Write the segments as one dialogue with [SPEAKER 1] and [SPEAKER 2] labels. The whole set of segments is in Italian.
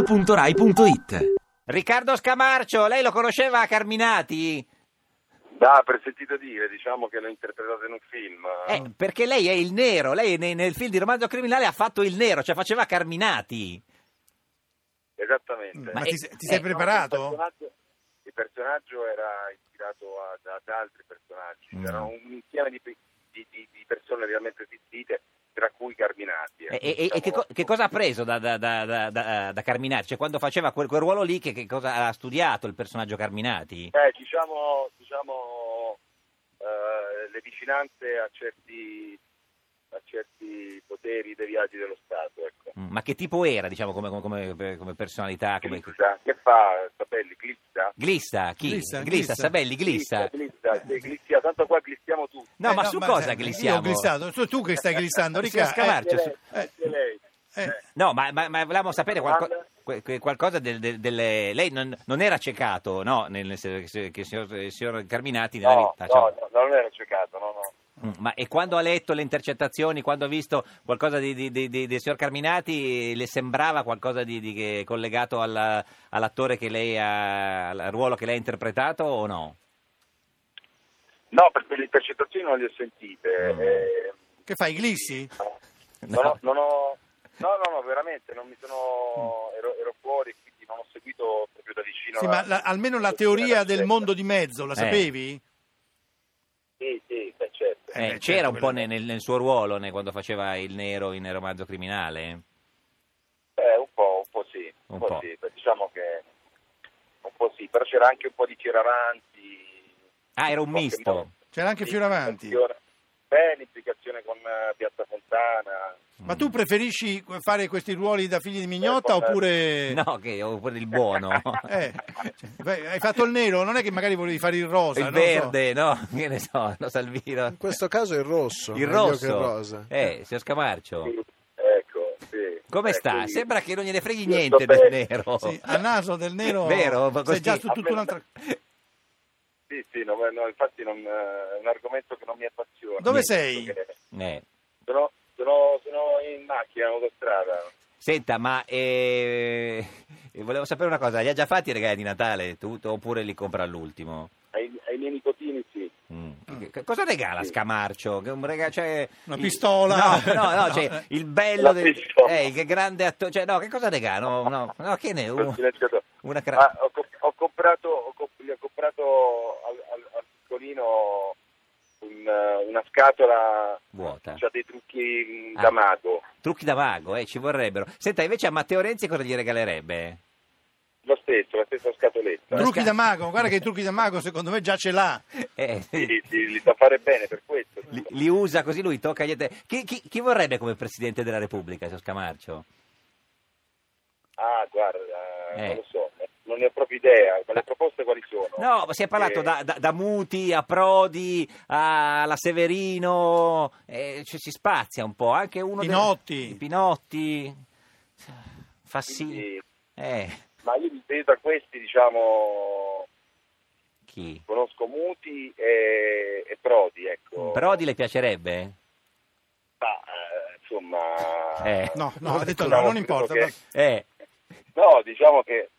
[SPEAKER 1] radio2pod.rai.it
[SPEAKER 2] Riccardo Scamarcio, lei lo conosceva a Carminati?
[SPEAKER 3] Da, per sentito dire, diciamo che l'ho interpretato in un film.
[SPEAKER 2] Eh, perché lei è il nero, lei ne- nel film di romanzo criminale ha fatto il nero, cioè faceva Carminati.
[SPEAKER 3] Esattamente.
[SPEAKER 2] Ma
[SPEAKER 4] Ma
[SPEAKER 2] eh,
[SPEAKER 4] ti, se- ti sei
[SPEAKER 2] eh,
[SPEAKER 3] Il
[SPEAKER 4] preparato?
[SPEAKER 3] personaggio, il personaggio era ispirato ad, ad altri personaggi.
[SPEAKER 4] Mm.
[SPEAKER 3] C'era un insieme di, di- di- di persone realmente esistite, tra cui Carminati.
[SPEAKER 2] E,
[SPEAKER 3] eh,
[SPEAKER 2] e- e
[SPEAKER 3] diciamo.
[SPEAKER 2] che, co- che cosa ha preso da, da- da- da- da- da Carminati? Cioè quando faceva quel, quel ruolo lì, che, che cosa ha studiato il personaggio Carminati?
[SPEAKER 3] Eh, diciamo, diciamo, eh, le vicinanze a certi, a certi poteri deviati dello Stato. Ecco.
[SPEAKER 2] Mm, Ma che tipo era, diciamo, come, come- come- come personalità? Ah, Come...
[SPEAKER 3] Glissa, che fa? Sapelli, glissa?
[SPEAKER 2] Glissa, chi?
[SPEAKER 4] Glissa,
[SPEAKER 2] Glissa,
[SPEAKER 4] Glissa.
[SPEAKER 2] Sabelli, Glissa.
[SPEAKER 3] glissa, sì, glissia, tanto qua glissiamo tutti.
[SPEAKER 2] No,
[SPEAKER 4] Eh,
[SPEAKER 2] ma su cosa
[SPEAKER 4] se-
[SPEAKER 2] glissiamo?
[SPEAKER 4] Io ho glissato, so tu che stai glissando,
[SPEAKER 2] Signor
[SPEAKER 4] Riccardo.
[SPEAKER 2] Scamarcio,
[SPEAKER 3] Anche lei,
[SPEAKER 4] su- eh,
[SPEAKER 3] anche lei.
[SPEAKER 4] eh, eh.
[SPEAKER 2] No, ma, ma, ma volevamo sapere
[SPEAKER 3] Domanda?
[SPEAKER 2] qualco- que- que- qualcosa del, del- delle- Lei non, non era ciecato, no? Nel, nel senso che, che il signor, il signor Carminati nella
[SPEAKER 3] No,
[SPEAKER 2] vita...
[SPEAKER 3] no,
[SPEAKER 2] cioè-
[SPEAKER 3] no, non era cercato, no, no.
[SPEAKER 2] Mm, Ma e quando ha letto le intercettazioni, quando ha visto qualcosa di, di- di- di- del signor Carminati, le sembrava qualcosa di, di che- collegato alla- all'attore che lei ha, al ruolo che lei ha interpretato o no?
[SPEAKER 3] No, perché le intercettazioni non le ho sentite. eh,
[SPEAKER 4] Che fai, glissi?
[SPEAKER 3] non
[SPEAKER 2] No.
[SPEAKER 3] ho- non ho- no, no, no, veramente, non mi
[SPEAKER 2] Mm.
[SPEAKER 3] sono... Ero, ero fuori, quindi non ho seguito proprio da vicino.
[SPEAKER 4] Sì, ma la- almeno la teoria del mondo di mezzo la
[SPEAKER 2] Eh.
[SPEAKER 4] sapevi?
[SPEAKER 3] Sì, sì, beh, certo.
[SPEAKER 2] Eh, c'era
[SPEAKER 4] beh, certo,
[SPEAKER 2] un po'
[SPEAKER 4] quello-
[SPEAKER 2] nel, nel- nel suo ruolo ne- quando faceva il nero in romanzo criminale?
[SPEAKER 3] Eh, un po', un po' sì, un,
[SPEAKER 2] Un
[SPEAKER 3] po',
[SPEAKER 2] po'.
[SPEAKER 3] sì, beh, diciamo che... Un po' sì, però c'era anche un po' di Chiaravanti.
[SPEAKER 2] Ah, era un misto.
[SPEAKER 4] C'era anche Fioravanti.
[SPEAKER 3] Beh, l'implicazione con eh, Piazza Fontana.
[SPEAKER 4] Ma tu preferisci fare questi ruoli da figli di
[SPEAKER 3] Eh,
[SPEAKER 4] mignotta
[SPEAKER 3] vabbè.
[SPEAKER 4] oppure...
[SPEAKER 2] No, che oppure il buono.
[SPEAKER 4] Eh, cioè, beh, hai fatto il nero, non è che magari volevi fare il rosa,
[SPEAKER 2] il
[SPEAKER 4] non lo so.
[SPEAKER 2] verde, no? Che ne so, no, Salvino.
[SPEAKER 5] In questo caso il rosso.
[SPEAKER 2] Il
[SPEAKER 5] meglio Che il
[SPEAKER 2] rosso.
[SPEAKER 5] rosa.
[SPEAKER 2] Eh, signor Scamarcio.
[SPEAKER 3] Sì, ecco, sì.
[SPEAKER 2] Come
[SPEAKER 3] Eh,
[SPEAKER 2] sta?
[SPEAKER 3] quindi-
[SPEAKER 2] Sembra che non gliene freghi
[SPEAKER 3] Io
[SPEAKER 2] niente
[SPEAKER 3] sto
[SPEAKER 2] del
[SPEAKER 3] bene.
[SPEAKER 2] nero.
[SPEAKER 4] Sì, a naso del nero
[SPEAKER 2] Vero, ma
[SPEAKER 4] sei
[SPEAKER 2] così-
[SPEAKER 4] già su tutta un'altra...
[SPEAKER 3] Sì, sì, no, no, infatti non, eh, è un argomento che non mi appassiona.
[SPEAKER 4] Dove
[SPEAKER 3] Nel senso
[SPEAKER 4] sei?
[SPEAKER 3] che
[SPEAKER 2] Eh.
[SPEAKER 3] Sono, sono- sono in macchina, in autostrada.
[SPEAKER 2] Senta, ma eh, volevo sapere una cosa, li ha già fatti i regali di Natale tu- oppure li compra all'ultimo?
[SPEAKER 3] Ai, ai miei nipotini sì.
[SPEAKER 2] Mm. Che- che- Cosa regala Scamarcio? Che un rega- cioè,
[SPEAKER 4] Una
[SPEAKER 2] il-
[SPEAKER 4] pistola?
[SPEAKER 2] No, no, no, cioè, il bello
[SPEAKER 3] La
[SPEAKER 2] del
[SPEAKER 3] pistola.
[SPEAKER 2] eh, il grande attore, cioè, no, che cosa regala? No, no, no, che ne
[SPEAKER 3] Col
[SPEAKER 2] un-
[SPEAKER 3] silenziatore.
[SPEAKER 2] una cra-
[SPEAKER 3] Ma Ah, ho, co- ho comprato, ho co- gli ho comprato al, al, al piccolino un, eh, una scatola
[SPEAKER 2] Vuota.
[SPEAKER 3] C'ha dei trucchi mm, mh,
[SPEAKER 2] Ah.
[SPEAKER 3] da mago.
[SPEAKER 2] trucchi da mago, eh, ci vorrebbero. Senta, invece a Matteo Renzi cosa gli regalerebbe?
[SPEAKER 3] Lo stesso, la stessa scatoletta.
[SPEAKER 4] Trucchi da mago, guarda che i trucchi da mago secondo me già ce l'ha.
[SPEAKER 2] Eh,
[SPEAKER 3] Sì, sì, li sa fare bene per questo.
[SPEAKER 2] li, li usa così lui tocca gli te- chi, chi- chi vorrebbe come presidente della Repubblica, signor Scamarcio?
[SPEAKER 3] Ah, guarda,
[SPEAKER 2] Eh.
[SPEAKER 3] non lo so, non ne ho proprio idea. Ma le proposte quali sono?
[SPEAKER 2] No, ma si è parlato
[SPEAKER 3] Eh,
[SPEAKER 2] da, da- da Muti a Prodi a- alla Severino, eh, cioè si spazia un po', anche uno dei-
[SPEAKER 4] Pinotti.
[SPEAKER 2] Pinotti, Fassini,
[SPEAKER 3] quindi-
[SPEAKER 2] eh,
[SPEAKER 3] Ma io di- da questi, diciamo,
[SPEAKER 2] chi?
[SPEAKER 3] conosco Muti e, e Prodi, ecco.
[SPEAKER 2] Prodi le piacerebbe?
[SPEAKER 3] Ma, eh, insomma...
[SPEAKER 2] Eh.
[SPEAKER 4] No, no, ha detto no,
[SPEAKER 3] diciamo,
[SPEAKER 4] non
[SPEAKER 3] credo
[SPEAKER 4] importa.
[SPEAKER 3] che-
[SPEAKER 2] Eh,
[SPEAKER 3] no, diciamo che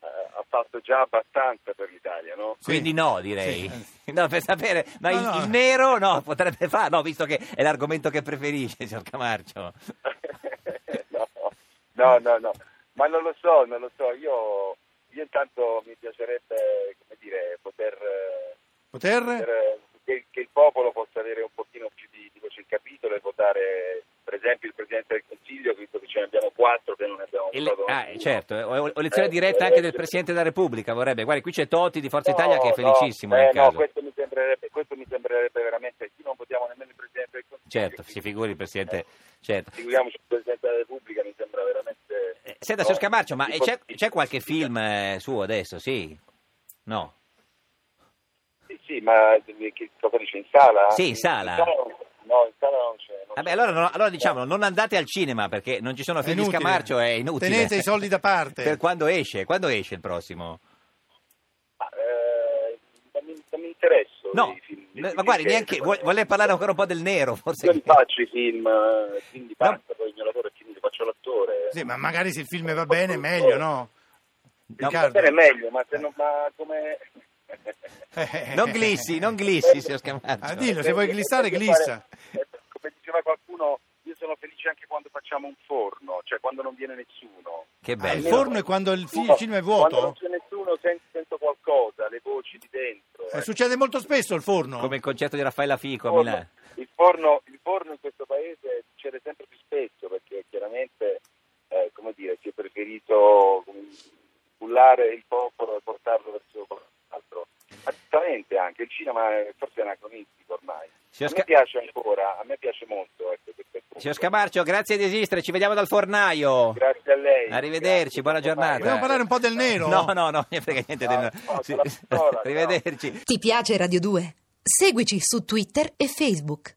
[SPEAKER 3] eh, ha fatto già abbastanza per l'Italia, no?
[SPEAKER 2] Quindi no, direi. No, per sapere, ma
[SPEAKER 4] Eh, No,
[SPEAKER 2] il,
[SPEAKER 4] no.
[SPEAKER 2] il nero no, potrebbe fare, no, visto che è l'argomento che preferisce, signor Camarcio.
[SPEAKER 3] no, no, no, no. ma non lo so, non lo so. Io, io intanto mi piacerebbe, come dire, poter, eh,
[SPEAKER 4] Poter?
[SPEAKER 3] poter- che, che il popolo possa avere un pochino più di, di voce in capitolo e votare, per esempio, il Presidente del Consiglio, visto che ce ne abbiamo quattro che non ne abbiamo
[SPEAKER 2] E le-
[SPEAKER 3] votato
[SPEAKER 2] ah,
[SPEAKER 3] nessuno.
[SPEAKER 2] certo, eh, o, o lezione
[SPEAKER 3] Eh,
[SPEAKER 2] diretta anche del
[SPEAKER 3] eh,
[SPEAKER 2] Presidente della Repubblica vorrebbe. Guardi, qui c'è Totti di Forza
[SPEAKER 3] No,
[SPEAKER 2] Italia che è
[SPEAKER 3] no,
[SPEAKER 2] felicissimo
[SPEAKER 3] eh,
[SPEAKER 2] nel
[SPEAKER 3] no,
[SPEAKER 2] caso.
[SPEAKER 3] questo mi sembrerebbe, questo mi sembrerebbe veramente, qui non votiamo nemmeno il Presidente del Consiglio.
[SPEAKER 2] Certo,
[SPEAKER 3] quindi,
[SPEAKER 2] si figuri il Presidente,
[SPEAKER 3] eh,
[SPEAKER 2] certo.
[SPEAKER 3] Figuriamoci il Presidente della Repubblica, mi sembra veramente...
[SPEAKER 2] Eh, Senta, signor Scamarcio, ma eh, c'è, c'è qualche film eh, suo adesso? Sì? No?
[SPEAKER 3] Sì, sì, ma che che cosa dice in sala?
[SPEAKER 2] Sì, in sala.
[SPEAKER 3] No, in sala non c'è. non
[SPEAKER 2] Vabbè,
[SPEAKER 3] c'è.
[SPEAKER 2] allora, no- allora diciamo, non andate al cinema perché non ci sono film di
[SPEAKER 4] inutile.
[SPEAKER 2] Scamarcio, è inutile.
[SPEAKER 4] Tenete i soldi da parte.
[SPEAKER 2] Per quando esce, quando esce il prossimo?
[SPEAKER 3] Ah, eh, non, mi, non mi interesso.
[SPEAKER 2] No,
[SPEAKER 3] dei film- dei
[SPEAKER 2] ma
[SPEAKER 3] film
[SPEAKER 2] guardi,
[SPEAKER 3] di
[SPEAKER 2] neanche,
[SPEAKER 3] genere.
[SPEAKER 2] vuole vuole parlare ancora un po' del nero, forse.
[SPEAKER 3] Io li faccio i film, eh, film di
[SPEAKER 2] No.
[SPEAKER 3] pazza, poi il mio lavoro è film di faccio l'attore.
[SPEAKER 4] Sì, ma magari se il film va bene, meglio, no?
[SPEAKER 3] No, va
[SPEAKER 4] Riccardo.
[SPEAKER 3] bene, meglio, ma, se non, ma come...
[SPEAKER 4] Eh.
[SPEAKER 2] Non glissi, non glissi, signor Scamarcio.
[SPEAKER 4] Ah, dillo, se vuoi glissare,
[SPEAKER 3] Perché
[SPEAKER 4] glissa.
[SPEAKER 3] fare- eh, Come diceva qualcuno, io sono felice anche quando facciamo un forno, cioè quando non viene nessuno.
[SPEAKER 2] Che
[SPEAKER 4] Ah, il
[SPEAKER 2] bello.
[SPEAKER 4] forno è quando il, fi- il
[SPEAKER 3] No,
[SPEAKER 4] cinema è
[SPEAKER 3] Quando non
[SPEAKER 4] vuoto?
[SPEAKER 3] c'è nessuno sen- sento qualcosa, le voci di dentro.
[SPEAKER 4] Eh,
[SPEAKER 3] eh.
[SPEAKER 4] succede molto spesso il forno.
[SPEAKER 2] Come il concerto di Raffaella Fico a
[SPEAKER 3] forno-
[SPEAKER 2] Milano.
[SPEAKER 3] il forno, il forno in questo paese succede sempre più spesso perché chiaramente eh, come dire, si è preferito come, cullare il popolo e portarlo verso qualcos'altro. Ma giustamente anche il cinema è forse anacronistico ormai.
[SPEAKER 2] Signor
[SPEAKER 3] a me
[SPEAKER 2] Sca-
[SPEAKER 3] piace ancora, a me piace molto. Ecco, questo è il punto.
[SPEAKER 2] Signor Scamarcio, grazie di esistere, ci vediamo dal fornaio.
[SPEAKER 3] Grazie a lei.
[SPEAKER 2] Arrivederci,
[SPEAKER 3] Grazie,
[SPEAKER 2] buona
[SPEAKER 3] grazie,
[SPEAKER 2] giornata.
[SPEAKER 3] Mario.
[SPEAKER 4] Vogliamo parlare un po' del nero?
[SPEAKER 2] No, no, no, ne frega niente. del-
[SPEAKER 3] No, no, con la pistola,
[SPEAKER 2] Arrivederci.
[SPEAKER 1] Ti piace Radio 2? Seguici su Twitter e Facebook.